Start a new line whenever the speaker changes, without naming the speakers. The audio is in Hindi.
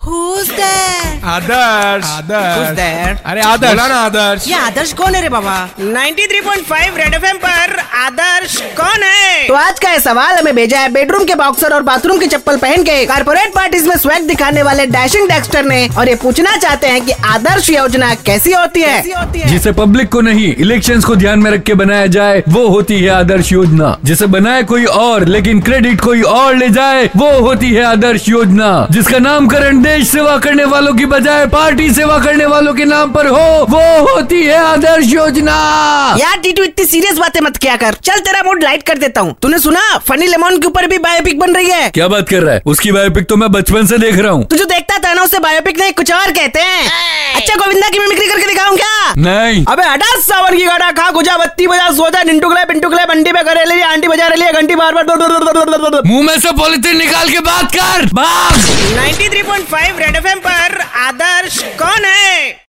who's there?
Adarsh
Who's there?
Adarsh अरे आदर्श बोला ना आदर्श
ये आदर्श कौन है रे बाबा
93.5 रेड एफएम पर आदर्श कौन है
तो आज का ये सवाल हमें भेजा है बेडरूम के बॉक्सर और बाथरूम की चप्पल पहन के कारपोरेट पार्टीज में स्वैग दिखाने वाले डैशिंग डेक्स्टर ने और ये पूछना चाहते हैं कि आदर्श योजना कैसी होती है
जिसे पब्लिक को नहीं इलेक्शंस को ध्यान में रख के बनाया जाए वो होती है आदर्श योजना जिसे बनाए कोई और लेकिन क्रेडिट कोई और ले जाए वो होती है आदर्श योजना जिसका नामकरण देश सेवा करने वालों की बजाय पार्टी सेवा करने वालों के नाम पर हो वो होती है आदर्श योजना
यार टीटू इतनी सीरियस बातें मत किया कर चल तेरा मूड लाइट कर देता हूँ तूने सुना फनी लेमोन के ऊपर भी बायोपिक बन रही है
क्या बात कर रहा है उसकी बायोपिक तो मैं बचपन से देख रहा हूँ
तू जो देखता था ना उसे बायोपिक नहीं कुछ और कहते हैं अच्छा गोविंदा की मिमिक्री करके दिखाऊं क्या
नहीं
अबे हटा सावन की गाड़ा खा गुजा बत्ती बजा सोचा निंटुकले पिंटुकले बंटी पे करे लिए आंटी बजा रही है घंटी बार बार दो दो दो दो दो दो दो दो।
मुंह में से पॉलिथिन निकाल के बात कर भाग
93.5 रेड एफएम पर